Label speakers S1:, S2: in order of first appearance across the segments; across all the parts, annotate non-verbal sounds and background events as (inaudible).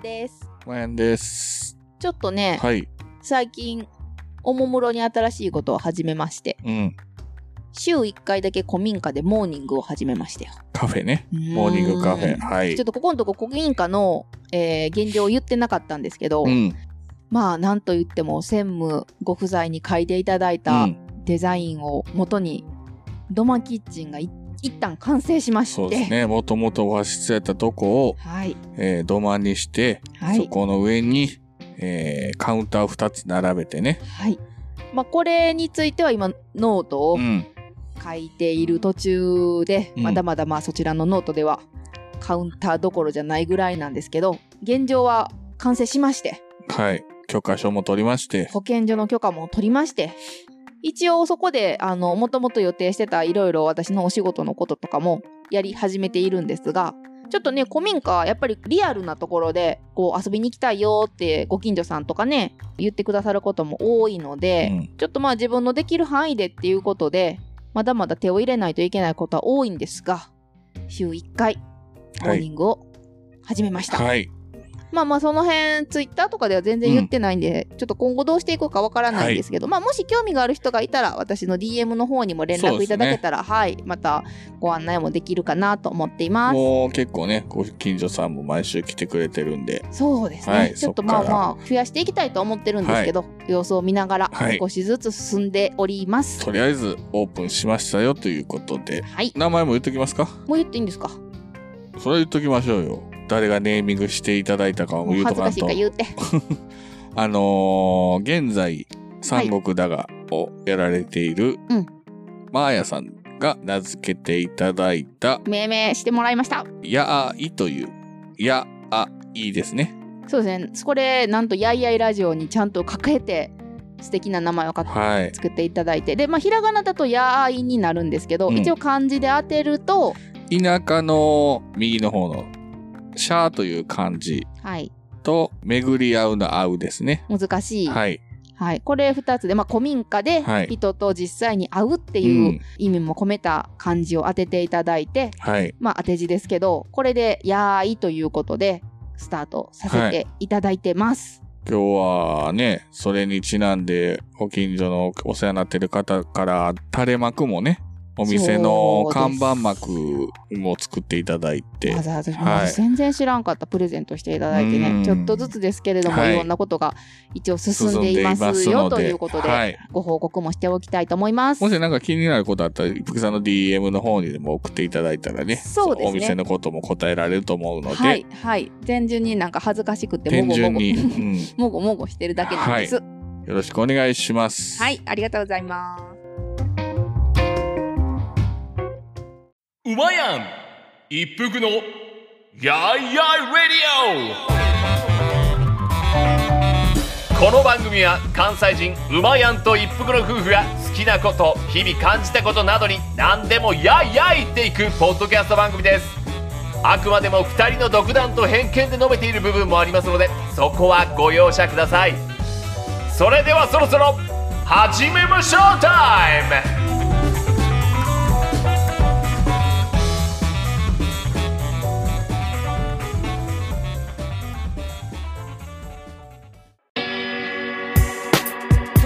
S1: です。
S2: まやんです。
S1: ちょっとね、
S2: はい。
S1: 最近、おもむろに新しいことを始めまして、
S2: うん。
S1: 週1回だけ古民家でモーニングを始めましたよ。
S2: カフェね。モーニングカフ
S1: う
S2: ェ。
S1: ん
S2: は
S1: ち
S2: い
S1: ょっ。とここのとこ古民家の、えー現状を言ってなかったんですけど、
S2: うん。
S1: まあなんと言っても専務ご不在に書いていただいた
S2: うん
S1: デザインを元に、ドマキッチンがい一旦完成しまして
S2: そうですね。もともと和室やったとこを、
S1: はい
S2: えー土間にして、
S1: は
S2: そ
S1: い
S2: この上に、えーカウンターを2つ並べてね。
S1: はいまあこれについては今ノートを
S2: うん。
S1: 書いている途中で、
S2: うん
S1: まだまだまあそちらのノートではカウンターどころじゃないぐらいなんですけど現状は完成しまして
S2: はい。許可証も取りまして。
S1: 保健所の許可も取りまして一応そこであのもともと予定してたいろいろ私のお仕事のこととかもやり始めているんですがちょっとね古民家やっぱりリアルなところでこう遊びに行きたいよってご近所さんとかね言ってくださることも多いの
S2: う
S1: で、
S2: ん。
S1: ちょっとまあ自分のできる範囲でっていうことで、まだまだ手を入れないといけないことは多いんですが、週1回、モ
S2: は
S1: ー
S2: い
S1: ニ。ングを始めました。
S2: はい。
S1: まあまあその辺、ツイッターとかでは全然言ってないんで、ちょっと今後どうしていこうかわからないんですけど、まあもし興味がある人がいたら、私の DM の方にも連
S2: そう
S1: 絡
S2: で
S1: い
S2: すね
S1: ただけたら、はい、またご案内もできるかなと思っています。
S2: もう結構ね、ご近所さんも毎週来てくれてるんで。
S1: そうですね、
S2: はい
S1: ちょっと
S2: そっか
S1: ま
S2: ら
S1: あまあ増やしていきたいと思ってるんですけど、様子を見ながら
S2: はい
S1: 少しずつ進んでおります。
S2: とりあえずオープンしましたよということで。
S1: はい、
S2: 名前も言っときますか
S1: もう言っていいんですか
S2: それは言っときましょうよ。誰がネーミングしていただいたかも
S1: もう
S2: 言うと
S1: 恥ず
S2: か
S1: か
S2: ん
S1: しいか
S2: と
S1: ら。言うて。
S2: あのー現在、三国だがをやられている、
S1: うん
S2: マーヤさんが名付けていただいた、
S1: 命名してもらいました
S2: やあいという、やあいですね。
S1: そうですねこれなんとやいやいラジオにちゃんとかけて素敵な名前をかけ
S2: はい。
S1: 作っていただいてでまあひらがなだとやあいになるんですけど、
S2: うん
S1: 一応漢字で当てると
S2: 田舎の右の方の、シャーという漢字
S1: はい
S2: と、巡り合うの合うですね。
S1: 難しい、はい
S2: はい。
S1: これ2つで、まあ、古民家で
S2: はい
S1: 人と実際に会うって
S2: う
S1: いうん意味も込めた漢字を当てていただいて、
S2: はい。
S1: まあ当て字ですけどこれでやあいということでスタートさせていただいてます。
S2: 今日はね、それにちなんで、ご近所のお世話になってる方から、垂れ幕もね、お店の
S1: そう
S2: 看
S1: です
S2: 板幕も作っていただいて
S1: わ、ざわざ、
S2: はい
S1: もう全然知らんかったプレゼントしていただいて
S2: う
S1: ね
S2: ん
S1: ちょっとずつですけれども、、
S2: はいい
S1: ろんなことが一応進んでいますよということで、
S2: はい、
S1: ご報告もしておきたいと思います
S2: も。しなんか気になることあったら、いぷきさんの DM の方にでも送っていただいたらね、
S1: そうですね
S2: お店のことも答えられると思うので、
S1: はいはい前順になんか恥ずかしくて
S2: 天
S1: もご
S2: 順
S1: もご
S2: に、うん、よ
S1: もごもごしてるだけなんです。はい、
S2: ろしくお願いします。
S1: ありがとうございます。
S3: うまやん一服のやいやいレディオこの番組は関西人うまやんと一服の夫婦が好きなこと日々感じたことなどに何でもやいやい言っていくポッドキャスト番組ですあくまでも2人の独断と偏見で述べている部分もありますのでそこはご容赦くださいそれではそろそろ始めましょうタイム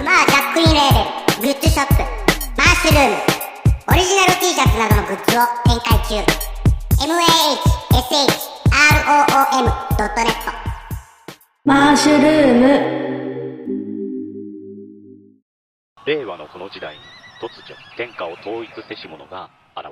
S4: まあ、ざっくりレーベル、グッズショップ、マッシュルーム、オリジナル T シャツなどのグッズを展開中。mahshroom.net
S5: マッシュルーム
S6: 令和のこの時代に突如天下を統一せし者が現れた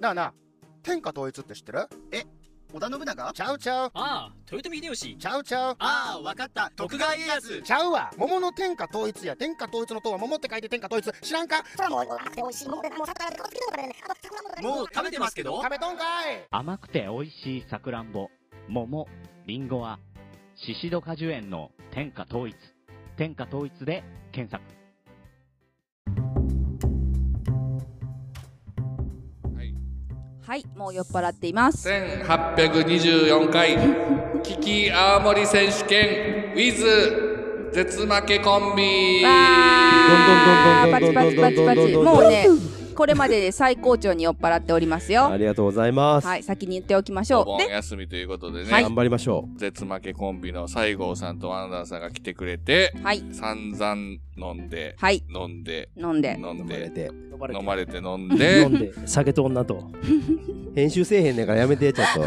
S7: なあなあ、天下統一って知ってるえ、織田信長ちゃうちゃう、
S8: ああ、豊臣秀吉。
S7: ちゃうちゃう、
S8: ああ、わかった。徳川家康。
S7: ちゃうわ桃の天下統一や、天下統一の塔は桃って書いて天下統一、知らんか
S8: もう食べてますけど。
S7: 食べとんかい
S9: 甘くて美味しいさくらんぼ、桃、りんごは、シシド果樹園の天下統一。天下統一で検索。
S10: はい、もう酔っ払っています。
S11: 1824回危機青森選手権 with 絶負けコンビ
S10: わー、パチパチパチパチ。もうね、
S1: これまでで最高潮に酔っ払っておりますよ
S7: ありがとうございます。
S1: はい先に言っておきまし
S7: お
S1: ょ
S7: 盆
S1: う
S11: お盆
S1: で
S11: 休みということでね、
S7: はい頑張りましょ
S11: う絶負けコンビの西郷さんとワンダーさんが来てくれて、
S1: はい
S11: 散々飲んで、
S1: はい
S11: 飲んで
S1: 飲んで
S11: 飲んで
S7: 飲
S11: まれて飲まれて飲んで
S7: 飲んで酒と女と編集せえへんねんからやめてちょっと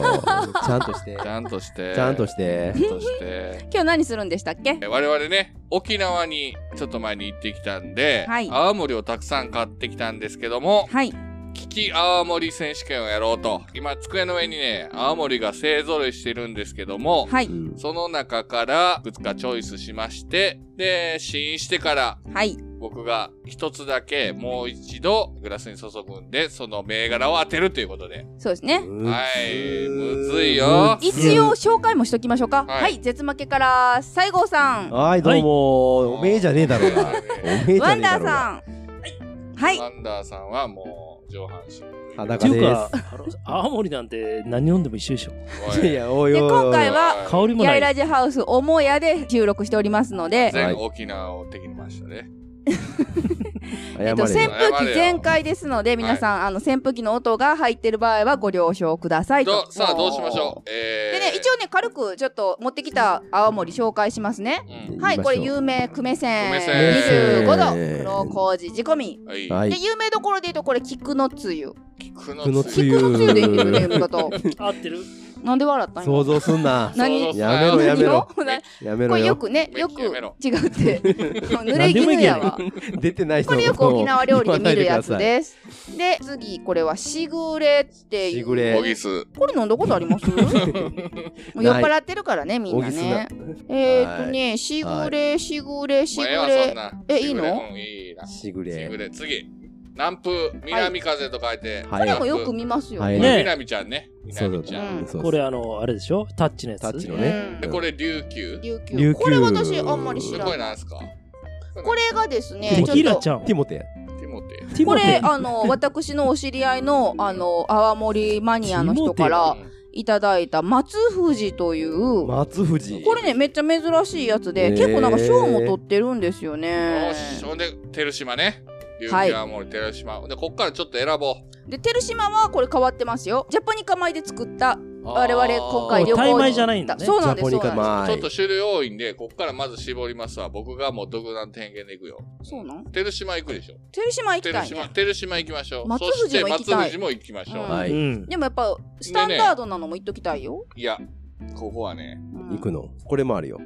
S7: ちゃんとして
S11: ちゃんとして
S7: ちゃんとして
S11: ちゃんとして
S1: 今日何するんでしたっけ
S11: 我々ね沖縄にちょっと前に行ってきたんで、
S1: はい
S11: 泡盛をたくさん買ってきたんですけども、
S1: はい
S11: 危機泡盛選手権をやろうと今机の上にね泡盛が勢ぞろいしてるんですけども、
S1: はい
S11: その中からいくつかチョイスしましてで試飲してから、
S1: はい
S11: 僕が一つだけもう一度グラスに注ぐんでその銘柄を当てるということで
S1: そうですね
S11: はいむずいよ
S1: 一応紹介もしときましょうか
S11: は
S1: はいい、絶負けから西郷さん
S7: はいどうも、おめえじゃねえだろうがおめえじ
S1: ワ
S7: ゃ
S1: ン
S7: ねえ
S1: ダ
S7: だ
S1: ー
S7: ろうが
S1: さんはい
S11: ワンダーさんはもう上半身
S7: 裸です
S9: 青森なんて何飲んでも一緒でし
S11: ょ。
S7: いや、おいおいおい
S1: 今回は
S9: 香りも
S1: ヤ
S9: な
S1: イ
S9: い。
S1: ラジハウス母屋で収録しておりますので、
S11: 全沖縄を敵にましたね
S1: えっと、扇風機全開ですので皆さん、あの扇風機の音が入ってる場合はご了承くださいと
S11: さあどうしましょうえ
S1: で
S11: ー
S1: ね一応ね軽くちょっと持ってきた青森紹介しますね、はいこれ有名久米線
S11: 久米
S1: 25
S11: 線
S1: 度黒麹仕込み、
S7: はい
S1: で有名どころで言うとこれ菊のつゆ
S7: く
S11: 菊
S7: のつ
S1: 菊のつゆで言ってるね
S7: ゆ
S1: 読み方 (laughs) 合ってるなんで笑ったん
S7: 想像すんな
S1: 何
S7: やめろやめろやめ
S1: こ
S7: ろ
S1: れよ
S7: よ
S1: くねよく違うって
S7: (laughs)
S1: 濡れ
S7: 何でも
S1: 衣
S7: いいけ
S1: や
S7: ど
S1: わ
S7: 出てない人
S1: これよく沖縄料理で見るやつですす。で次これはしぐれってい
S7: し
S1: う。
S7: ぐれ
S11: おぎす
S1: これ飲んだことあり
S7: (laughs)
S1: ますもう酔っ払ってるからねみんなね。えーっとねしぐれしぐれしぐ
S11: もうええわそん
S1: れ
S11: な。
S1: えいいの？
S11: うんいいな
S7: しぐれ
S11: しぐれ次南風南風と書いて、
S7: はいこれも
S1: よく見ます
S9: よね
S11: ね
S9: ね
S11: 南ちゃんね南ちゃん、
S9: これあのあれでしょタッチのやつタッチ
S7: の
S1: ね
S11: でこれ琉球
S1: 琉
S7: 球琉球これ
S1: 私あんまり知ら
S11: こ
S1: な
S11: れ
S1: い
S11: なんすか
S1: これがですね
S7: テ
S1: ちょっと
S7: ちゃんティモテ
S11: ティモテ
S1: これあ
S7: (laughs)
S1: の私のお知り合いのあの泡盛マニアの人からいただいた松藤という
S7: 松藤
S1: これねめっちゃ珍しいやつで、
S7: へー
S1: 結構なんか賞も取ってるんですよね。
S11: ほんで照島ね琉球
S1: はい
S11: はもう照島、でこっからちょっと選ぼう
S1: で照島はこれ変わってますよ。ジャパニカ米で作った我々今回旅行に行ったそうなんですそうなんです。
S11: ちょっと種類多いんでこっからまず絞りますわ僕がもう独断天元で行くよ
S1: そうなん？
S11: 照島行くでしょ
S1: 照島行きた
S11: 照
S1: い
S11: 島
S1: ね。
S11: 照島行きましょう
S1: 松
S11: そし
S1: 藤
S11: て
S1: も行きたい
S11: 松藤も行きましょう、
S7: はい
S1: でもやっぱスタンダードなのも行っときたいよ。
S11: いやここはね
S7: 行くのこれもあるよ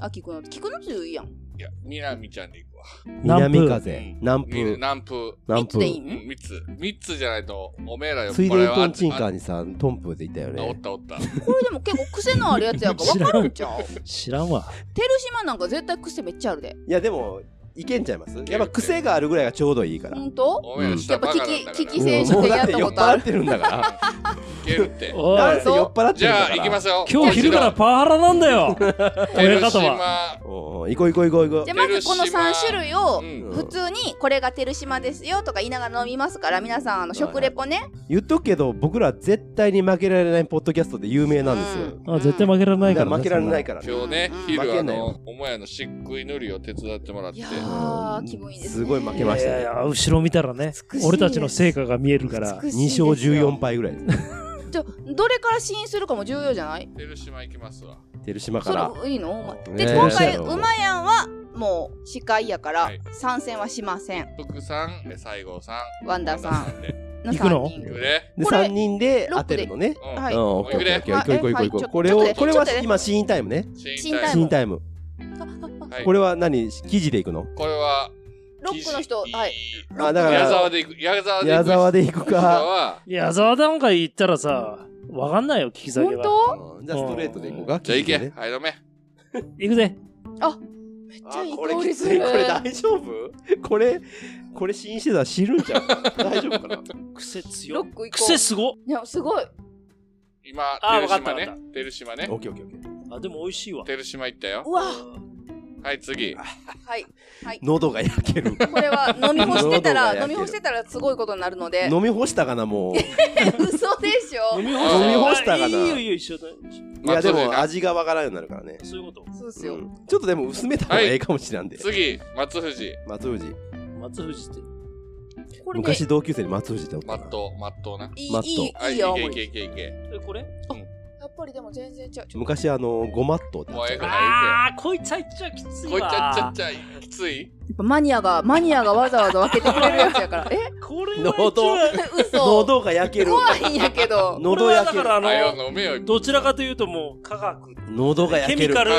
S1: あ菊の菊のつゆいいやん。
S11: いや南ちゃんで行くわ
S7: 南風南風
S11: 南風
S7: 南風
S11: うん三つ三つじゃないとおめえらよ
S7: つい
S11: こ
S7: で
S11: れ
S7: イト
S11: は
S7: ンチンカーにさトンプでいたよねおった
S11: おった
S1: これでも結構癖のあるやつや
S7: (laughs)
S1: から分かるんちゃう？
S7: 知らんわ
S1: 照島なんか絶対癖めっちゃあるで。
S7: いやでもいけんちゃいますやっぱ癖があるぐらいがちょうどいいから
S1: 本当？
S7: うん
S1: やっぱ聞き聞き
S7: も
S1: 選手
S7: う
S1: で
S7: だ
S1: や
S7: っ
S1: ってた
S7: 酔
S1: こ
S7: っ
S1: とあ
S7: 払っ
S1: る。
S7: てるんだから
S11: いけるって
S9: おい
S7: なんせ酔っ払ってるんだから
S11: じゃあ行きますよ
S9: 今日昼からパワハラなんだ
S7: (laughs)
S9: よ。親方は。
S7: おうおう行こう行こう行こう行こう
S1: じゃあまずこの3種類を
S7: ん
S1: 普通にこれが照島ですよとか言いながら飲みますから皆さんあの食レポね
S7: 言っとくけど僕ら絶対に負けられないポッドキャストで有名なんですよ、
S9: あ絶対負けられないからね。
S7: 負けられないからね
S11: 今日ね
S7: うん
S11: 昼
S7: 負
S11: あ
S7: けんな
S11: の
S7: よ
S11: お前の漆喰塗りを手伝ってもらって
S7: すごい負けました
S9: いやい
S7: ね
S9: や後ろ見たらね
S1: しいです
S9: 俺たちの成果が見えるから
S1: 美しい
S7: 2勝14敗ぐらいですね
S1: じゃあどれから試飲するかも重要じゃない
S11: 照島行きますわ
S7: 照島か
S1: そ
S7: ら
S1: れいいのお前
S7: ね
S1: で
S7: え
S1: 今回うまやんはもう司会やから参戦はしません
S11: 福さんえ西郷さん
S1: ワンダーさんの
S7: 行くの
S1: 3人
S11: 行くね
S7: で3人で当てるのね
S1: うんはい
S7: うんオッケーオッケーオッケー
S1: はい
S7: 行こう行こう行こう
S1: はい
S7: これ
S1: ちょっとね
S7: をこれは
S1: ちょっとね
S7: 今シーンタイムね
S1: シーンタイム
S7: シーンタイム
S11: はい
S7: これは何記事で行くの
S11: これは
S1: ロックの人はい
S7: あだから
S11: 矢沢で行く矢沢で行
S7: 矢
S11: く
S7: 沢で行くか
S9: いや沢田なんか行ったらさわかんないよ聞き下げは。
S1: 本
S7: 当？じゃあストレートで行こうか
S11: じゃあ行けはい飲め
S9: 行くぜ。
S1: ゃいい
S7: これ
S1: 香
S7: き
S1: りす
S7: つい
S1: る
S7: これ大丈夫これこれ試飲してたら知るんちゃう大丈夫かな
S9: 癖強
S1: ロック行こう
S9: 癖すごっ
S1: いやすごい
S11: 今
S9: あ
S11: 照
S9: わかった
S11: 島
S9: わか
S11: ね
S9: った
S11: 照島ね
S7: オッケーオッケーオッケ
S9: あでも美味しいわ。
S11: 照島行ったよ
S1: うわ
S11: はい次
S1: はいはい
S7: 喉が焼ける
S1: これは飲み干してた
S7: 喉が焼け
S1: ら
S7: る
S1: 飲み干してたらすごいことになるので
S7: 飲み干したかな
S1: (laughs)
S7: もう
S1: 嘘でしょ
S9: 飲み
S7: 干した飲み干したかない
S9: いよいいよ一緒だよ。
S7: いやでも味がわからんようになるからね
S9: そういうこと。
S1: そうですよ。
S7: ちょっとでも薄めた方がええかもしれんで
S11: 次松藤
S7: 松藤
S9: 松藤って。
S1: これね
S7: 昔同級生に松藤っておった
S11: マ
S7: な
S11: ット、マットな。
S1: いい
S7: マット
S1: いい
S11: あ
S1: いいよ
S11: いけいけいけいけ。
S9: えこれ
S1: やっぱりでも全然違う
S7: 昔あのごまっとって
S11: もうええから
S9: あーこいつは一応きつ
S11: い
S9: い
S11: け。こい
S9: わ
S11: つはちゃっちゃい、きつい。
S1: マニアがマニアがわざわざ分けてくれるやつやからえ
S9: これ
S7: 喉 (laughs) 喉が焼ける
S1: 怖いんやけど (laughs)
S7: 喉焼け
S9: だからあ
S7: る
S9: のどちらかというともう科学
S7: 喉が
S9: ケ
S7: 焼け
S9: ミ
S7: る
S9: カル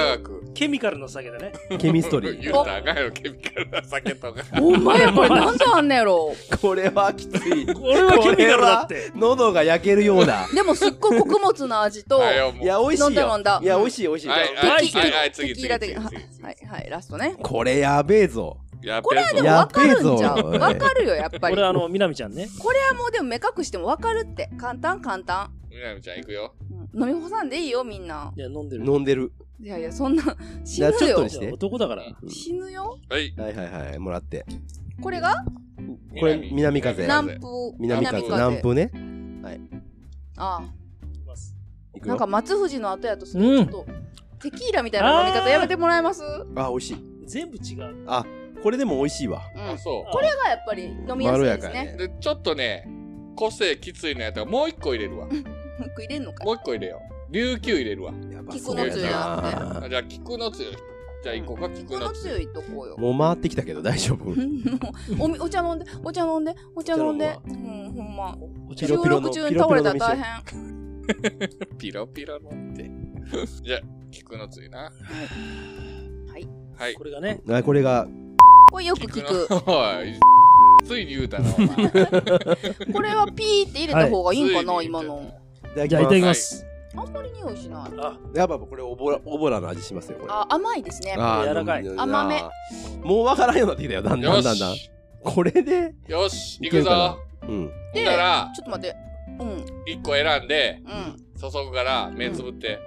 S9: ケミカルの酒だね
S7: ケミストリ
S11: (laughs) 言う
S7: ー
S11: たらあかんやろ、ケミカルな酒とか。
S1: お前これなんであんねやろ
S7: これはきついこ
S9: れはケミカルだって
S7: れは喉が焼けるような
S1: でもすっごい穀物の味と
S7: いや美味しいよ
S1: 飲んだ飲んだ
S7: いや美味しい美味しい
S11: はい、
S7: じゃあ
S11: はい、はい、はい、次、
S1: テキ
S11: 次
S1: ーラ。的
S11: 次
S1: はいはいはいラストね
S7: これやべえぞ
S11: や
S1: これはでも分かるんじゃ (laughs) ん分かるよやっぱり
S9: これあの南ちゃんね
S1: これはもうでも目隠しても分かるって簡単簡単
S11: みなみちゃん、行くよ。
S1: 飲み干さんでいいよみんない
S9: や飲んで
S7: 飲んでる
S1: いやいやそんな死
S7: じ
S1: ぬ
S7: ゃ
S1: よ
S7: あちょっとにして
S9: 男だから
S1: 死ぬよ
S11: はい
S7: はいはいはいもらって
S1: これが
S7: これ南風
S1: 南風
S7: 南風
S1: 南風
S7: 南風ね
S1: あ
S7: い
S1: あ
S7: く
S1: なん
S7: よ
S1: か松藤の後やとす
S7: う
S1: る
S7: ん
S1: ちょっとテキーラみたいな飲み方やめてもらえます
S7: あ美味しい
S9: 全部違う
S7: あこれでも美味しいわ
S11: あ、そう。
S1: これがやっぱり飲みやすいです (laughs) ね
S11: で、ちょっとね、個性きついのやったらもう一個入れるわ。
S1: もう一個入れんのか
S11: もう一個入れよう。琉球入れるわ。
S1: 菊のつゆだ
S11: あじゃあ、菊のつゆ。じゃあ、行こうか、菊のつゆ。
S1: 強いとこうよ
S7: もう回ってきたけど大丈夫
S1: (laughs) おみお茶飲んでお茶飲んでお茶飲んでうんほんま
S7: ピロピロの
S1: 収録中に倒れたら大変
S11: ピロピロ飲んで。 (laughs) じゃあ、菊のつゆな。
S1: はい。
S11: はい。
S9: これがね。
S7: あこれが
S1: これよく聞く
S11: おい、ついに言うたな、お (laughs) 前。
S1: これはピーって入れた方がいいんかな今の
S9: じゃあいただきます
S1: あんまり匂いしない
S7: やっぱこれおぼらおぼらの味しますよこれ
S1: あ甘いですね
S7: あー
S1: 甘め
S7: もうわからんようになってきたよだんだんだんだんこれで
S11: よし、
S7: い
S11: 行
S7: け
S11: く
S7: る
S11: ぞ
S7: か。なうん
S11: ほんなら、
S1: ちょっと待ってうん
S11: 一個選んで、注ぐから目つぶって、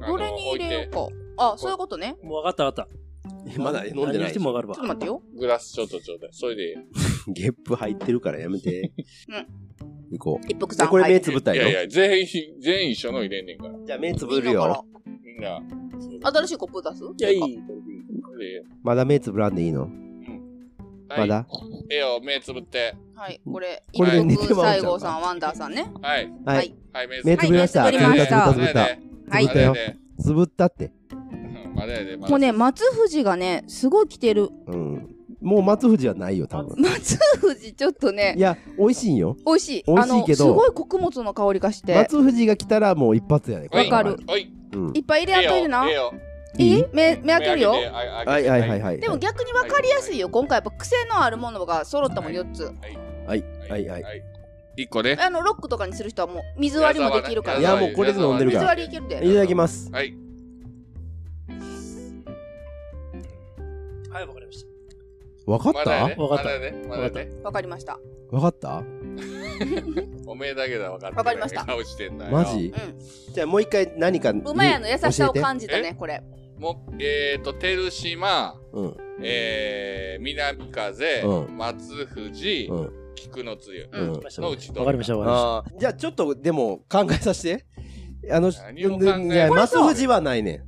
S11: あ
S1: ど
S11: の
S1: れに入れようかあそういうことね
S9: もう分かった分か
S7: ったまだ飲んでない
S9: 何にしても分かるわ
S1: ちょっと待ってよ
S11: グラスちょっとちょうだい。それでいい。
S7: ゲップ入ってるからやめて行こう
S1: 一服
S11: さん
S7: これ目つぶった
S11: いやい
S7: よ
S11: や、全員、全員一緒の入れんねんから。
S7: じゃあ目つぶるよ
S11: みんな。
S1: 新しいコップ出す
S11: いや、いい。これでいいよ
S7: まだ目つぶらんでいいの
S11: はい
S7: まだ
S11: ええよ、目つぶって。
S1: はいこれ
S7: これで寝
S1: 一
S7: て
S1: 服
S7: まうじゃん
S1: 西郷さんワンダーさんね
S11: はい。
S7: はい
S11: はい、目つ
S7: 目つ
S11: ぶ
S7: ぶりました
S1: はい目つぶりました
S7: つぶった
S1: はい
S7: つぶったよ
S11: はい
S7: つぶったって
S11: うんまだやで、まだ。
S1: もうね松藤がねすごい来てる (laughs)
S7: うんもう松藤はないよ多分
S1: 松藤ちょっとね
S7: いや美味しいんよ
S1: 美味しい
S7: 美味しいけど
S1: あのすごい穀物の香りがして
S7: 松藤が来たらもう一発やねこ
S1: わ
S7: れ
S1: かる
S7: うん
S1: いっぱい入れやっといてな。
S11: ええよ
S1: いい目目開けるよ。
S7: はいはいはいはい
S1: でも逆に分かりやすいよ。今回やっぱ癖のあるものが揃ったもん4つ。
S7: はいはいはい
S11: 一個ね
S1: あのロックとかにする人はもう水割りもできるから。
S7: いやもうこれで飲んでる
S1: 水
S7: から
S1: 割りいける
S7: い
S1: で。
S7: ただきます
S11: はい
S9: はいわかりまし
S7: わかっ
S11: ま
S7: た
S11: だやで。まだやで。まだやで。
S1: わかりました。
S7: わかった
S11: おめえだけだ、分かった。
S1: わかりました
S11: 顔してんだよ。
S7: マジじゃあもう一回何か
S1: 馬屋の優しさを感じた
S11: え
S1: ね、これ。
S11: もう、えっと、照島、
S7: うん
S11: えー、南風、
S7: うん
S11: 松藤、
S7: うん
S11: 菊のつゆ
S7: うん
S11: のうちどれ
S9: わかりましたわかりました
S7: あーじゃあちょっとでも考えさせてあのいや
S11: これそ
S7: 松
S11: う
S7: 藤はないね
S11: ん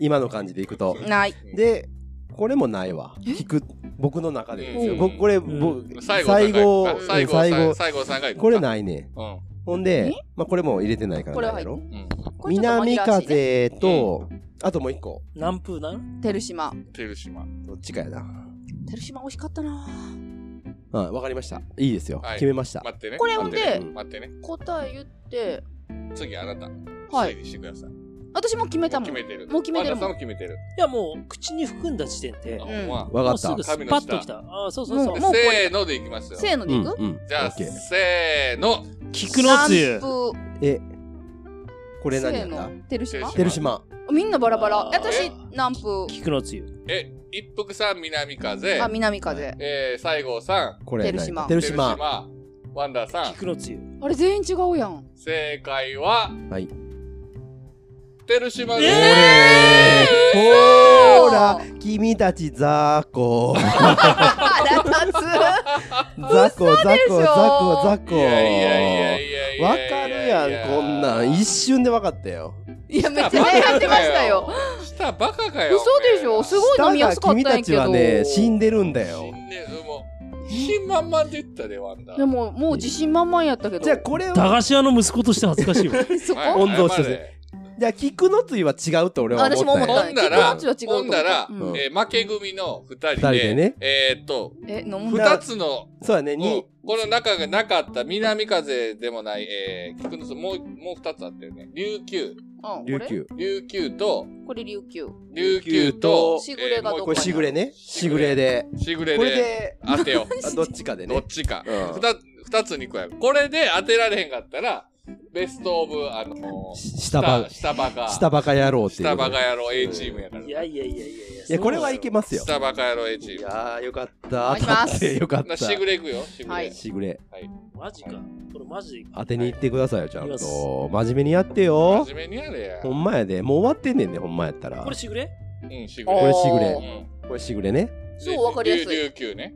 S7: 今の感じでいくと
S1: ない
S7: でこれもないわ聞く僕の中でですよ
S11: うん
S7: 僕これ僕
S11: 西郷さんが
S7: 最後
S11: あ西郷さん西郷さんがいくか
S7: これないね
S11: うん
S7: ほんでまあこれも入れてないからないやろ
S1: れちょっと紛
S7: 南
S1: らわしい
S7: 風とあともう一個
S9: 南風なん
S1: 照島。
S11: 照島
S7: どっちかやな
S1: 照島美味しかったな。
S7: うんわかりましたいいですよ
S11: はい
S7: 決めました
S11: 待ってね。
S1: これほんで
S11: 待ってね。
S1: 答え言って、
S11: 次あなた。
S1: はい
S11: 推理してください。
S1: 私も決めたもん。
S11: 決めてる。
S1: もう決めてる
S11: 和田
S1: も
S11: さん
S1: ん
S11: も。決めてる。
S9: いやもう口に含んだ時点で
S11: あ
S9: うん
S11: ほん
S7: わかった
S9: もうすぐスパッときたあーそうそう
S11: で
S9: そう
S11: せーのでいきますよ。
S9: せーのでいくうんうん
S11: じゃあ、
S9: オッケー
S11: せーの。
S9: 菊のつゆ
S7: えこれ何やっ
S1: せ
S7: た
S1: ーの照島
S7: 照島
S1: みんなバラバラ。私、南風。
S9: 菊のつゆ。
S11: え、一服さん、南風。
S1: あ南風
S11: えー、西郷さん。
S7: これ何
S1: 照島
S7: 照
S11: 照
S7: 島
S11: 島。ワンダーさん。
S9: 菊のつゆ。
S1: あれ全員違うやん。
S11: 正解は、
S7: はい
S11: 照島です。
S7: ほーら君たち雑魚
S1: 腹立つ。
S7: (laughs) 雑魚雑魚雑魚雑魚
S11: いやいやいやいやいや
S7: わかるやんこんなん一瞬でわかったよ
S1: いや、めっちゃ流行ってましたよ。
S11: 下バカかよ。
S1: 嘘でしょすごい飲みやすかったんやけど。
S7: 舌が君たちはね死んでるんだよ
S11: ね、もう。自信満々で言ったで、ワンダ。
S1: でももう自信満々やったけど
S7: じゃあこれを
S9: 駄菓子屋の息子として恥ずかしいわ
S1: そこ
S7: 温存しててじゃあ菊のついは違うと俺は思っ
S1: 私
S7: た
S1: も思った
S11: ほんなら、
S1: 聞くやつは違うと
S11: ほん
S1: 思った
S11: なら、
S7: うん
S11: えー負け組の二人
S7: 人
S11: で、
S7: でね
S11: えーっと、
S1: え飲む
S11: 二つの、
S7: そうだね
S11: うん
S7: に
S11: この中がなかった南風でもない、えー、菊の巣、もう、もう二つあったよね。琉球。
S1: うん
S7: 琉球
S11: 琉球と、
S1: これ琉球
S11: 琉球と、
S1: しぐれがどっかに
S7: これしぐれねしぐれで
S11: しぐれ
S7: これ
S11: で
S7: で、
S11: 当てよう。
S7: あどっ
S1: (laughs)
S7: ちかで
S11: ど
S7: ね
S11: っちか。
S7: うん
S11: 二つ二つに加える。これで当てられへんかったら、ベストオブ、あのー、
S7: 下バ
S11: 下バカ。
S7: 下バカ野郎っていう
S11: 下バカ野郎 A チームやから。い
S9: (laughs) やいやいやいや
S7: いやこれはいけますよ
S11: 下バカ野郎 A チーム。い
S7: やーよかった当たってよかった
S11: しぐれいくよ。しぐれ。
S9: はい
S7: しぐれ
S11: はい。
S9: マジか。これマジでいく
S7: 当てに行ってくださいよちゃん
S9: いきま
S7: と
S9: す
S7: 真面目にやってよ
S11: 真面目にやれや
S7: ほんまやでもう終わってんねんねほんまやったら
S9: これしぐれ
S11: うん、しぐれ。
S7: これしぐれ
S11: うん
S7: これしぐれね
S1: そうわかりやすい
S11: 琉琉球ね。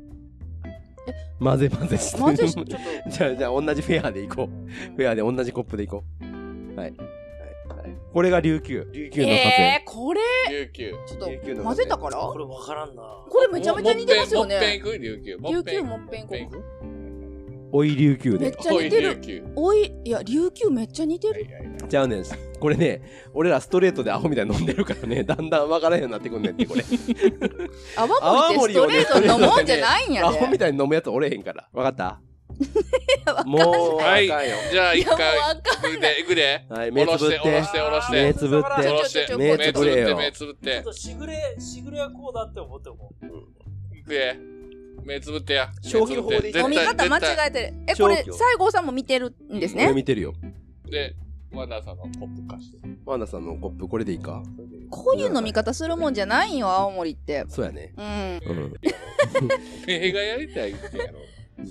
S7: 混ぜ混ぜして
S1: 混ぜしちょっ
S7: (laughs) じゃあじゃあ同じフェアでいこうフェアで同じコップでいこうはいはいはいこれが琉球琉球の風
S1: えー、これ
S11: 琉球。
S1: ちょっ
S7: 球の
S1: と
S7: 風
S1: 混ぜたから
S9: これわからんな。
S1: これめちゃめちゃ似てますよ
S11: もっぺん
S1: ね
S11: 行く琉球。
S1: 琉球も
S11: っ
S1: っぺんこ
S11: ぺん行く。
S7: おい琉球
S1: めっ
S7: で
S1: ちゃ似て
S11: おい琉球
S1: るおいいや琉球めっちゃ似てる
S7: ちゃうねんこれね俺らストレートでアホみたいに飲んでるからねだんだんわからへんようになってくんねんってこれ
S1: 泡盛ってストレートに飲もうんじゃないんや
S7: ア
S1: で
S7: ホみたいに飲むやつおれへんからわか
S1: (laughs)
S7: ったもう
S11: はい。
S7: あかんよ
S11: じゃあ一回、行くで、行くで。
S7: はい
S11: お
S7: 目
S11: ろ
S7: つぶ
S11: して、
S7: っ
S11: おろ
S7: て
S11: して、おろして。
S7: 目つぶっ
S11: おろしてて、
S7: 目つぶれよ
S11: 目つぶって、目つぶって。
S9: しぐれ、しぐれはこうだって思っても。
S11: 行くで。目つぶってや。
S7: 消去法で
S11: 目つぶって
S1: 飲み方間
S11: 絶対
S1: 違えてるえこれ
S7: 消去
S1: 西郷さんも見てるんです
S7: 俺
S1: ね
S7: 見てるよ
S11: で、ワンダーさんのコップ貸して。
S7: ワンダさんのコップこれでいいか
S1: こういう飲み方するもんじゃないんよ青森って
S7: そうやね
S1: うん間
S7: うん
S11: 映画やりたいってやろ。
S1: 違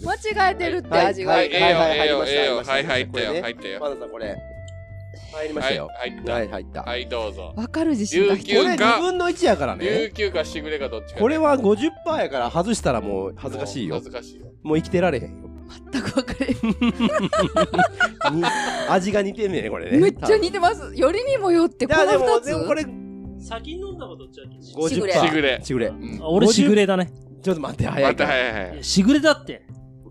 S1: えてるって
S7: はい
S1: 味が
S11: はい、ええよ、ええよ、ええよ。は
S7: 入り
S11: い、
S7: ま
S11: 入
S7: し
S11: ったよ、入った
S7: ワ
S11: よ。
S7: ンダさんこれ入りましたよ
S11: はい入った
S7: はい入った
S11: はい、どうぞ。
S1: わかる自信が
S11: 琉
S1: 必
S7: これ
S11: 球
S7: 2
S11: か、
S7: 分の1やからね
S11: 琉球かしぐれかどっちか。
S7: これは50%やから外したらもう恥ずかしいよ
S11: 恥ずかしいよ。
S7: もう生きてられへんよ (laughs) 全く分かれへんに味が似てんねんねこれね
S1: めっちゃ似てますよりにもよって
S7: い
S1: こ
S7: やでも
S1: の
S7: でも
S1: 2
S7: これ
S9: 先に飲んだことっちゃうけど
S7: 50%
S1: しぐれ
S11: しぐれ
S7: しぐれ
S11: うん
S9: あ俺しぐれだね。
S7: ちょっと待って早
S11: ま
S7: いか
S11: た、
S7: ら
S11: はい、はい。
S9: しぐれだって。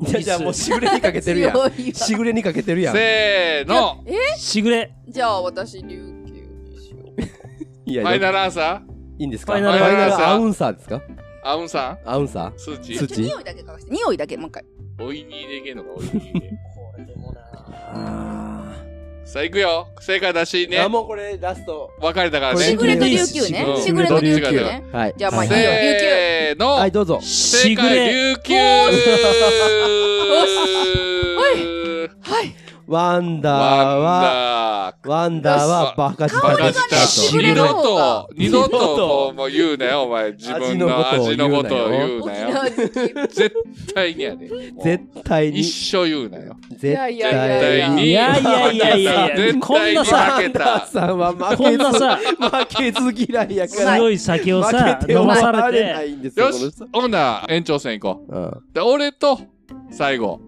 S7: じゃあじゃあもうしぐれにかけてるや
S1: 強
S7: ん
S1: いわ
S7: しぐれにかけてるやん
S11: せーの、
S9: しぐれ。
S1: じゃあ私琉球にしよう
S7: い
S11: フ
S7: や
S11: ァイ
S7: い
S11: ナルアンサー
S7: いんですか
S9: ファイナ
S11: ルアンサー
S7: アウンサーですか
S11: アウンさ
S7: アウンサ
S11: ん数値
S7: 数
S1: ちょ
S7: 値
S1: 匂いだけかして匂いだけもう一回
S11: おいにでいけんのか、おいにで。
S9: これでもな。
S7: あ
S11: さあ、行くよ。正解だし
S7: ーあ
S11: ね。
S7: もうこれラスト
S11: 分かれたから
S7: こ
S11: ね。
S7: れ
S1: しぐれと琉球
S11: う
S1: ね
S11: ん
S1: しぐれと琉球ね
S7: はい
S1: じゃあまあいいよ
S7: はい
S11: せーの、
S7: はいどうぞ
S11: 正
S9: しぐ
S11: 解、
S9: れ。
S11: 琉球
S1: はい
S7: ワンダーは
S11: ワンダー。
S7: ワンダーはバカ舌
S11: バカ
S7: で
S11: し
S7: したた
S1: しぐ
S11: 二
S1: れ
S11: 度
S1: の方が
S11: と、二度
S7: 二度
S11: と
S7: と
S11: こうもう言うなよ、お前。自分の味
S7: 味
S11: の
S7: のこ
S11: こ
S7: とと
S11: を
S7: を
S11: 言
S7: 言
S11: う
S7: う
S11: な
S1: 沖
S11: よ。
S1: 縄好き
S11: 絶対にやで。もう
S7: 絶対に
S11: 一生言うなよ。
S7: 絶
S1: やい
S11: 絶
S1: や
S11: 対に。
S9: いやいやいやいやいや
S11: 絶対に負け
S7: ワンダ
S11: た
S7: ー。さんは負
S9: こん
S7: け
S9: な
S7: ず
S9: さ、
S7: 負けず嫌いやから
S9: 強い酒をさ、
S7: (laughs) 負けて
S9: 飲ま
S7: は
S9: さ
S7: ら
S9: れ
S7: れな
S9: て。
S7: いんですよ
S11: よ
S7: この
S11: し
S7: 人、
S11: ほんなら延長戦行こ
S7: うん
S11: う。で、俺と、最後、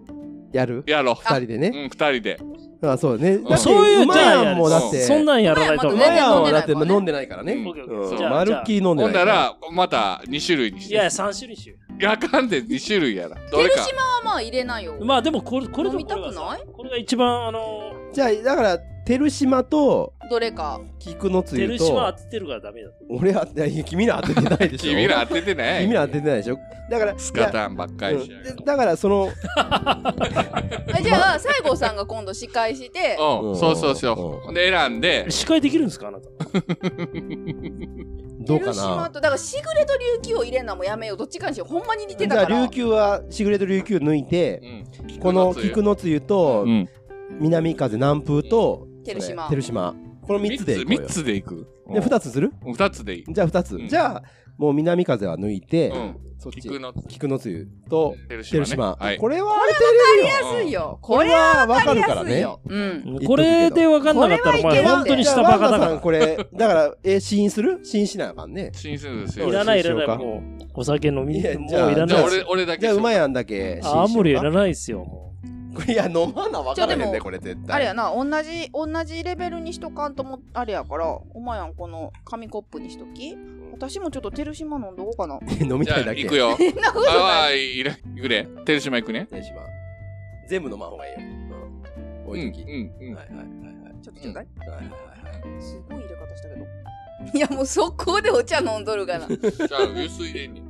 S7: やる
S11: やろ
S7: 二人で
S11: う。う
S7: ね
S11: ん、二人で。
S7: あそうね
S11: ん
S7: だって
S9: そういう、
S7: 馬
S9: じゃあ
S7: や
S9: や
S7: んもうだって
S11: る
S9: そんなんやらないと。
S1: う
S7: 馬
S1: まい
S7: やんはだって
S1: 全然飲んでないからね
S7: 飲んでないから
S9: オ
S7: ね
S9: ッケーオッケー
S7: うん
S11: じゃあ
S7: まるっきり飲んで
S11: ほ
S7: なんい
S11: な
S7: から
S11: ら、また二種類にし
S9: いやいや、
S11: て。
S9: 3種類しよ
S11: やかんで二種
S7: (laughs)
S11: 類やな。どれ
S1: 照
S11: か。
S1: 島はまあ入れないよ
S9: う。まあでもこれ、これで
S1: 飲
S9: も
S1: みたくない
S9: これが一番、あのー、
S7: じゃあだから照島と
S1: どれか
S7: 菊のつゆ
S9: 照島
S7: と
S9: 当ててるからダメだ。
S7: 俺はいや君ら当ててないでしょ
S11: 君ら当ててない。
S7: 君ら当ててないでしょだから
S11: スカタンばっか
S7: う
S11: り
S7: ん
S11: しやが
S7: で
S11: って
S7: だからその
S1: えじゃあ西郷さんが今度司会して
S11: うん、そうそうそう。で、選んで、
S9: 司会できるんですかあなた。
S7: どうか
S1: 広島
S7: な
S1: とだからしぐれと琉球を入れんのもやめようどっちかにしようほんまに似て
S7: じ
S1: た
S7: ゃ
S1: か
S7: あ
S1: ら
S7: 琉球はしぐれと琉球抜いて
S11: うん
S7: この菊のつゆと
S11: うん
S7: 南風南風と
S1: 照島
S7: それ照島この3つでいこうよ
S11: 三つでいく。
S7: で2つする
S11: うん二つでいい。
S7: じゃあ2つ
S11: うん
S7: じゃあもう南風は抜いて
S11: うん。
S7: そっち
S11: 菊の
S7: 菊のつゆと
S11: 照島
S7: 照
S11: ね
S7: 島
S11: はい
S7: これは当てれるよ
S1: 安いよ
S7: こ
S1: こ
S7: れ
S1: れは
S7: はわかるから
S1: 安い
S7: ね
S1: ようん
S9: これで分かんなかったら、お
S1: これはい
S9: 前、
S1: ける
S9: 本当に
S7: じゃ
S9: 下
S7: あ
S9: バ
S7: ワン
S9: カだ
S7: ダ
S9: か
S7: さん
S9: ら。
S7: これだからえ試飲する試飲しなあかんね
S11: 新鮮です
S7: こ
S11: よ。
S9: い
S7: れ
S9: らない、い
S7: し
S9: ら
S7: ようか
S9: ない、もう。お酒飲み、
S7: いやじゃ
S9: も
S7: あ
S9: ういら
S11: じ
S9: な
S11: ゃあ
S9: いです
S11: 俺、。俺だけ。
S7: じゃあうまい
S11: い。
S7: やんだけ試飲しようか
S9: 青森いらないですよ、も
S7: いや飲まなわからへん
S1: ちょで
S7: ね
S1: も
S7: これ絶対
S1: あれやな同じ同じレベルにしとかんともあれやからお前やんこの紙コップにしとき私もちょっと照島飲んどこう (laughs) かな
S7: 飲みたいだけ
S11: 行く
S7: (laughs)
S11: よ
S1: そんなことない
S11: ああいいね行くで照島行くね
S7: 照島全部飲まんほうがいいよ。うん。多い時。
S11: うん、うん。
S7: はいはいはいはい。
S1: ちょっとちょうだい
S7: はいはいはい。
S1: すごい入れ方したけどいやもうそこでお茶飲んどるがなちょっ
S11: じゃあ流水でに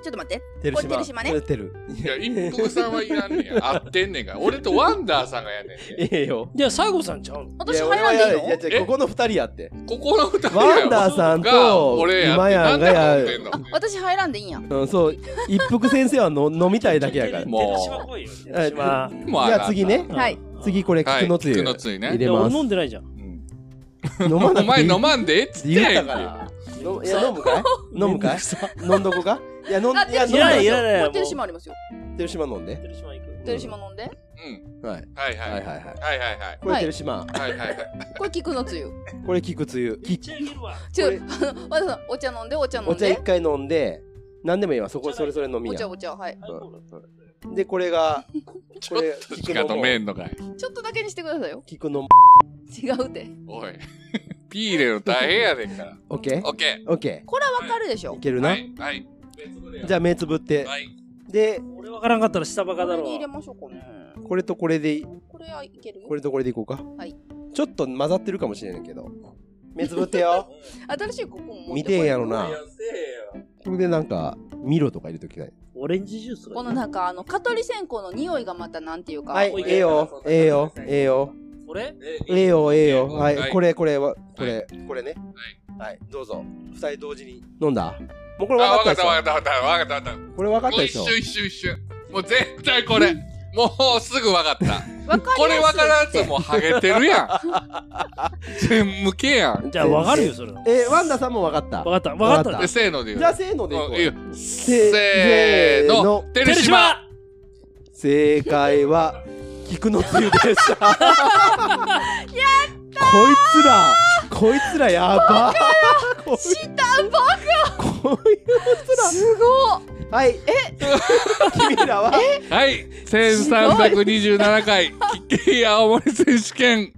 S1: と待って
S7: テル
S1: これ
S7: シ
S1: 照島
S7: マ。
S1: ね
S7: テル。
S11: いや一服さんはいらんねや合ってんねんから俺とワンダーさんがやんねん
S7: ええよ。
S9: いや、西郷さんちゃうの
S1: 私
S7: いや
S1: 入らんでいいの
S7: 俺はやいや、じゃあここの二人やって。
S11: ここの二人
S7: ワンダーさんと、
S11: 俺やって
S7: 今やんが
S11: なんで
S7: や
S11: 飲んでんの
S1: 私入らんでいいんや
S7: うん、そう、一服先生はの飲みたいだけやから。
S11: もう
S9: う
S7: はいまあ、
S11: もうあ
S7: じゃあ次ね。
S1: はい
S7: 次これ、
S11: はい
S7: 菊のつゆ。
S11: 菊のつゆね
S7: 入
S9: い
S7: れ
S9: や
S7: ま
S9: 俺
S7: す。
S9: 飲んでないじゃん
S7: 飲まな
S11: お
S7: くて
S11: 前
S7: いい
S11: 飲まんでえっ
S7: っ
S11: つってて
S7: 言った
S11: やん
S7: か
S11: け
S7: ら。のいや飲むかい飲むかい飲んどこかいや、飲ん
S1: あ
S7: いや飲ん
S9: いらないい
S7: よ
S9: らな
S1: も
S9: いも
S1: う
S9: う
S1: 照島ありますよ
S7: 照島飲んで。
S9: 照島行く
S1: 照島飲んで
S11: うん
S7: はい。
S11: はいは
S7: はいい
S11: は
S7: はいい
S11: は
S7: はい。
S11: いはいはい
S7: これ照島。
S11: はいはいはい
S1: これ菊のつゆ
S7: これ菊つゆ。
S9: めっちゃいけるわ
S1: ちょあの和田さんお茶飲んでお茶飲
S7: お
S1: ん
S7: 茶一
S1: で
S7: 回飲んで、何でもいいわ。そこそれそれ飲み
S1: お
S7: や
S1: 茶。お茶はい
S7: うんで、これが、
S11: ち
S7: こ
S11: ょっ
S7: れ、
S11: とし
S7: 菊
S11: か
S7: の
S11: 飲めんのかい
S1: ちょっとだけにしてくださいよ
S7: 菊の、
S1: 違うて
S11: おいピー入れの大変やねんから
S7: オッケー
S11: オッケ
S7: オッケ
S1: これはわかるでし
S7: ー。
S1: ょ
S7: いける
S11: ー
S7: な
S11: は。いはい
S7: じゃあ目つぶって。
S11: はい
S7: で、
S9: 俺分からんかったら下バカ
S1: こ
S9: だ
S1: れ
S9: ろ
S1: に入れましょうかね
S7: これとこれでいい、
S1: これはいけるよ
S7: これとこれでいこうか。
S1: はい
S7: ちょっと混ざってるかもしれないけど。目つぶってよ。
S1: 新しいここも持ってこい
S7: 見てんやろな。これでなんか、ミロとか入れときたい。
S9: オレンジジュースが
S1: このなんかあの蚊取り線香の匂いがまたなんていうか、
S7: はい、ええよ、ええよ、ええよ、
S9: これ
S7: ええよ、ええよ。は
S11: はい
S7: い、これ、これは、これ、これね。はい、どうぞ。二人同時に。飲んだもうこれ分かっ
S11: あわ
S7: た
S11: かっ
S7: で
S11: た
S7: し
S11: わか
S7: ょ
S11: ったわかったわかったわかった
S7: これ分かった
S11: もう
S7: で
S11: 一
S7: しょ
S11: 周一周一周もう絶対これもうすぐわかった
S1: わか
S11: こ
S1: り
S11: れ
S1: やす
S11: わ
S1: い
S11: からん
S1: っ
S11: や
S1: て
S11: つもうハゲてるやん全無形やん
S9: じゃあ分かるよそれ
S7: え、ワンダさんも分かった。
S9: 分かった分かっ
S7: わ
S9: た
S7: か
S11: で
S7: っ
S11: せーので
S7: た
S11: 言う
S7: じゃあ、せーのでいこ
S11: うん
S7: う
S11: いい
S7: よ
S11: よ。せーの
S7: せーの
S11: 照
S9: 照
S11: 島
S9: 島
S7: 正解は、菊のつゆでした。やったこいつら、こいつらやばこい
S1: 下バ
S7: こういう
S1: カすごい
S7: はい。え君らは、
S11: はい1327回キキ青森選手権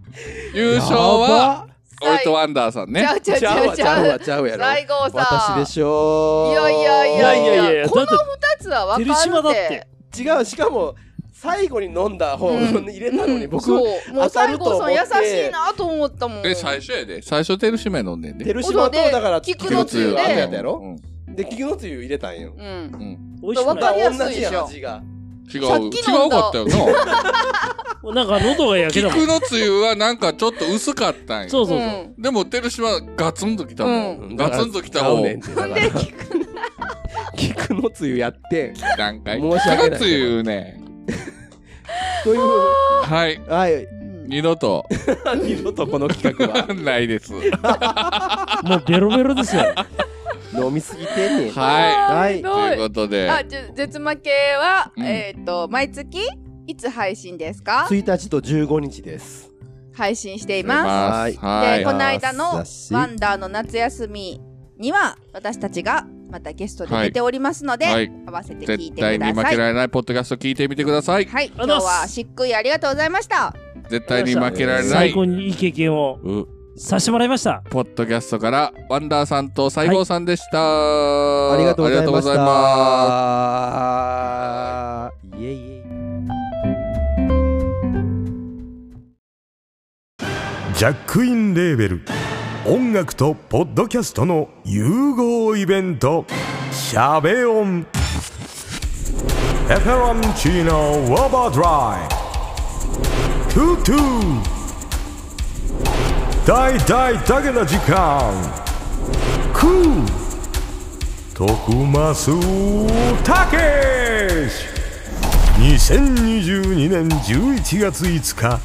S11: 優勝は俺とワンダーさん
S1: ち
S11: ね
S1: ゃうち
S7: や
S1: ゃ
S7: ば
S1: う
S7: ち
S1: ち
S7: ゃう
S1: ゃ
S7: わ
S1: う
S7: ち
S1: ち
S7: ゃ
S1: ゃ
S7: う
S1: う
S7: わちゃうやろ。
S1: 西郷さん
S7: 私でしょ
S1: いやいやい
S9: いやい
S1: や
S9: やいや
S1: この
S9: だって
S1: 二つはわかる
S9: 照島だっ
S1: って
S9: て
S7: 違う、しかも、最後に飲んだ方を
S1: うん
S7: 入れたのに、僕、
S1: そうもう
S7: 当た
S1: 西
S7: ると思
S1: 郷
S7: っ
S1: さん優
S7: て
S1: しいなと思ったもん
S11: え最初やで最初照島飲んでんで
S7: 照島と、だから、
S1: 菊
S11: のつゆで
S7: あったやったやろ
S11: うん
S7: で、菊のつゆ入れたんよ。
S1: うん
S9: 美味しく
S1: わか
S9: な
S1: る
S9: い
S1: やすいでしょ
S7: 同じやん味が。
S11: 違う
S1: さっ
S11: 違
S1: き飲んだ
S11: うかったよ
S2: (laughs)
S11: な
S9: なんか喉が焼けたもん
S11: 菊のつゆはなんかちょっと薄かったん
S9: そ
S11: よ
S9: うそうそう、
S1: ん
S11: でも照島ガツンときたも
S1: うん
S11: ガツンときた方
S7: ちゃうねんってだから菊のつゆやってん
S11: 段階
S7: 申し訳ない
S11: 菊のつゆね
S7: という
S11: はい
S7: (laughs) はい
S11: 二度と (laughs)
S7: 二度とこの企画は
S11: ないです
S9: もうベロベロですよ
S7: (laughs) 飲みすぎてんねん
S11: は
S7: はい
S11: いということで
S1: あじゅ絶負けは、
S11: うん
S1: えっ、と毎月いつ配信ですか
S7: 1日と15日です
S1: 配信しています
S11: はい
S1: で、この間の
S7: 優しい
S1: ワンダーの夏休みには私たちがまたゲストで出ておりますので、
S11: はい
S1: 合わせて聞い
S11: 絶
S1: てく
S11: 対
S1: だ
S11: に負
S1: さ
S11: け
S1: い。
S11: られないポッドキャスト聞いてみてください
S1: はい、今
S9: ありがと
S1: 日
S9: うございます
S1: はしっくいありがとうございました。
S11: 絶対に負けられな
S9: 最
S11: い
S9: 高にいい経験を
S7: うん
S9: させてもらいました
S11: ポッドキャストからワンダーさんと西郷さんでした
S7: ありがとうございまし
S11: ありがとうございます
S7: たいえいえ
S12: ジャックインレーベル音楽とポッドキャストの融合イベント「シャベオン」「エフェロンチーノウォーバードライ」「トゥトゥ」「大大だけな時間」「クー」「徳マスたけし」2022年11月5日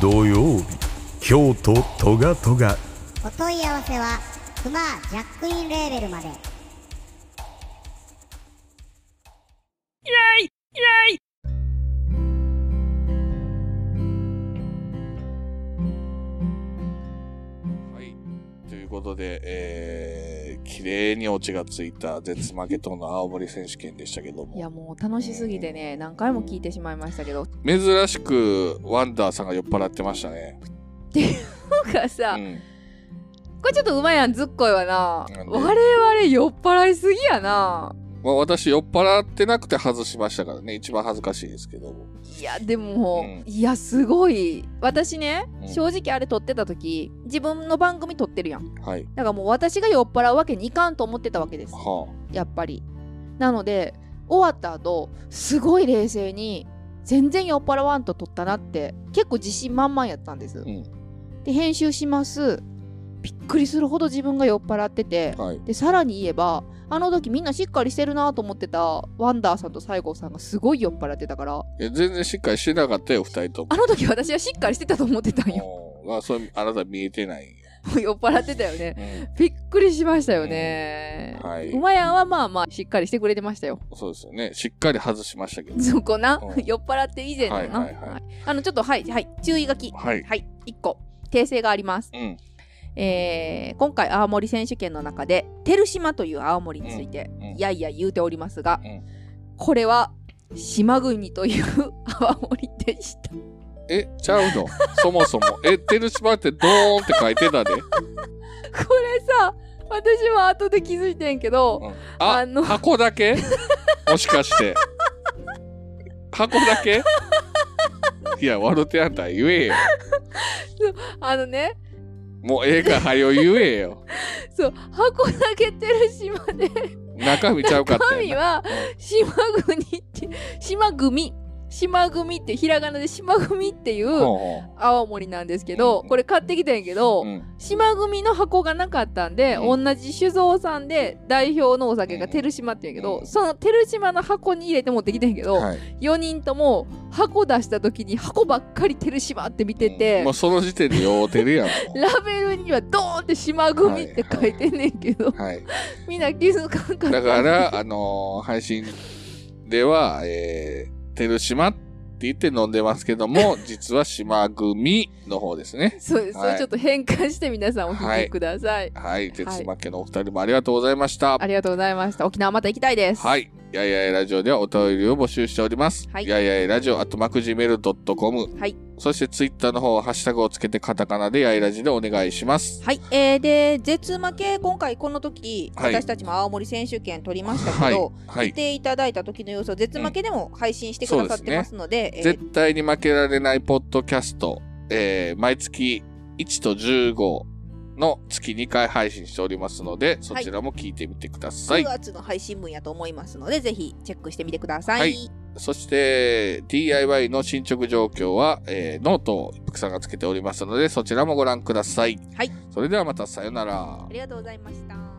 S12: 土曜日京都トガトガ
S4: お問い合わせはクマジャックインレーベルまで
S2: はい。ということで、えー、綺麗にオチがついた絶負けとの青森選手権でしたけど
S13: いや
S2: も、
S13: もう楽しすぎてね何回も聞いてしまいましたけど
S2: 珍しくワンダーさんが酔っ払ってましたね。
S13: なんかさ、
S2: うん。
S1: これちょっとうまいやんずっこいわな我々酔っ払いすぎやな
S11: まあ、私酔っ払ってなくて外しましたからね一番恥ずかしいですけども
S1: いやでも、いやすごい私ね、
S11: うん
S1: 正直あれ撮ってた時自分の番組撮ってるやん
S11: はい
S1: だからもう私が酔っ払うわけにいかんと思ってたわけです
S11: は
S1: やっぱりなので終わった後すごい冷静に全然酔っ払わんと撮ったなって結構自信満々やったんです、で編集しますびっくりするほど自分が酔っ払ってて、でさらに言えばあの時みんなしっかりしてるなと思ってたワンダーさんと西郷さんがすごい酔っ払ってたから
S11: あえ全然しっかりしてなかったよ二人とも
S1: あの時私はしっかりしてたと思ってたん (laughs)
S11: (laughs)
S1: よ
S11: まあそれあなた見えてない
S1: 酔っ払ってたよね、びっくりしましたよね、
S11: はいう
S1: まやんはまあまあしっかりしてくれてましたよ
S11: そうですよねしっかり外しましたけど
S1: そこな、
S11: うん
S1: 酔っ払って以前のな、
S11: はいはいはい
S1: はいあのちょっとはいはい注意書き
S11: はい
S1: 1個訂正があります、
S11: うん
S1: えー今回青森選手権の中で照島という青森について、
S11: うんうん
S1: いやいや言うておりますが、これは島国という青森でした
S11: えちゃうのそも
S12: (laughs)
S11: そもえテルシマってドーンって書いてたで
S1: これさ私も後で気づいてんけど、
S11: あ
S1: あの
S11: 箱だけもしかして箱だけいや笑ってやんたら言えよ
S1: あのね
S11: もうええからはよ言えよ
S1: そう箱だけ照島で
S11: 中身ちゃうかった
S1: 中
S11: よ
S1: 身
S11: な
S1: は島国って島組島組ってひらがなで島組っていう
S11: ほ
S1: 青森なんですけどこれ買ってきたんやけど島組の箱がなかったんで同じ酒造さんで代表のお酒が照島っていうんやけどその照島の箱に入れて持ってきたんやけど4人とも箱出した時に箱ばっかり照島って見てて
S11: もうその時点で酔うてるやん
S1: ラベル (laughs) にはドーンって島組って書いてんねんけど
S11: はい
S1: みんな気づかんかった
S11: だから、あのー配信では、えー、てるしまって言って飲んでますけ
S1: (laughs)
S11: ども、実は島組の方ですね。
S1: そうです、
S11: は
S1: そ
S11: い、
S1: れちょっと変換して皆さんお聞きください、
S11: はい、鉄負けのお二人もありがとうございました。
S1: ありがとうございました沖縄また行きたいです
S11: はい。やいやいラジオではお便りを募集しております。
S1: はい
S11: やいやいラジオ、あとマクジメルドットコム。
S1: はい
S11: そしてツイッターの方はハッシュタグをつけてカタカナでやいラジでお願いします。
S1: はい、えー、で絶負け今回この時、
S11: はい
S1: 私たちも青森選手権取りました
S11: は
S1: け
S11: い
S1: ど、。
S11: はい
S1: 来。ていただいた時の様子を絶負けでも配信してくださってますので,、えー
S11: 絶対に負けられないポッドキャスト、えー毎月1と15の月2回配信しておりますので、そちらも聞いてみてください。
S1: 9月の配信分やと思いますのでぜひチェックしてみてください、
S11: はいそして、DIY の進捗状況は、えーノートを一服さんがつけておりますので、そちらもご覧ください。
S1: はい
S11: それではまたさよなら
S1: あ。りがとうございました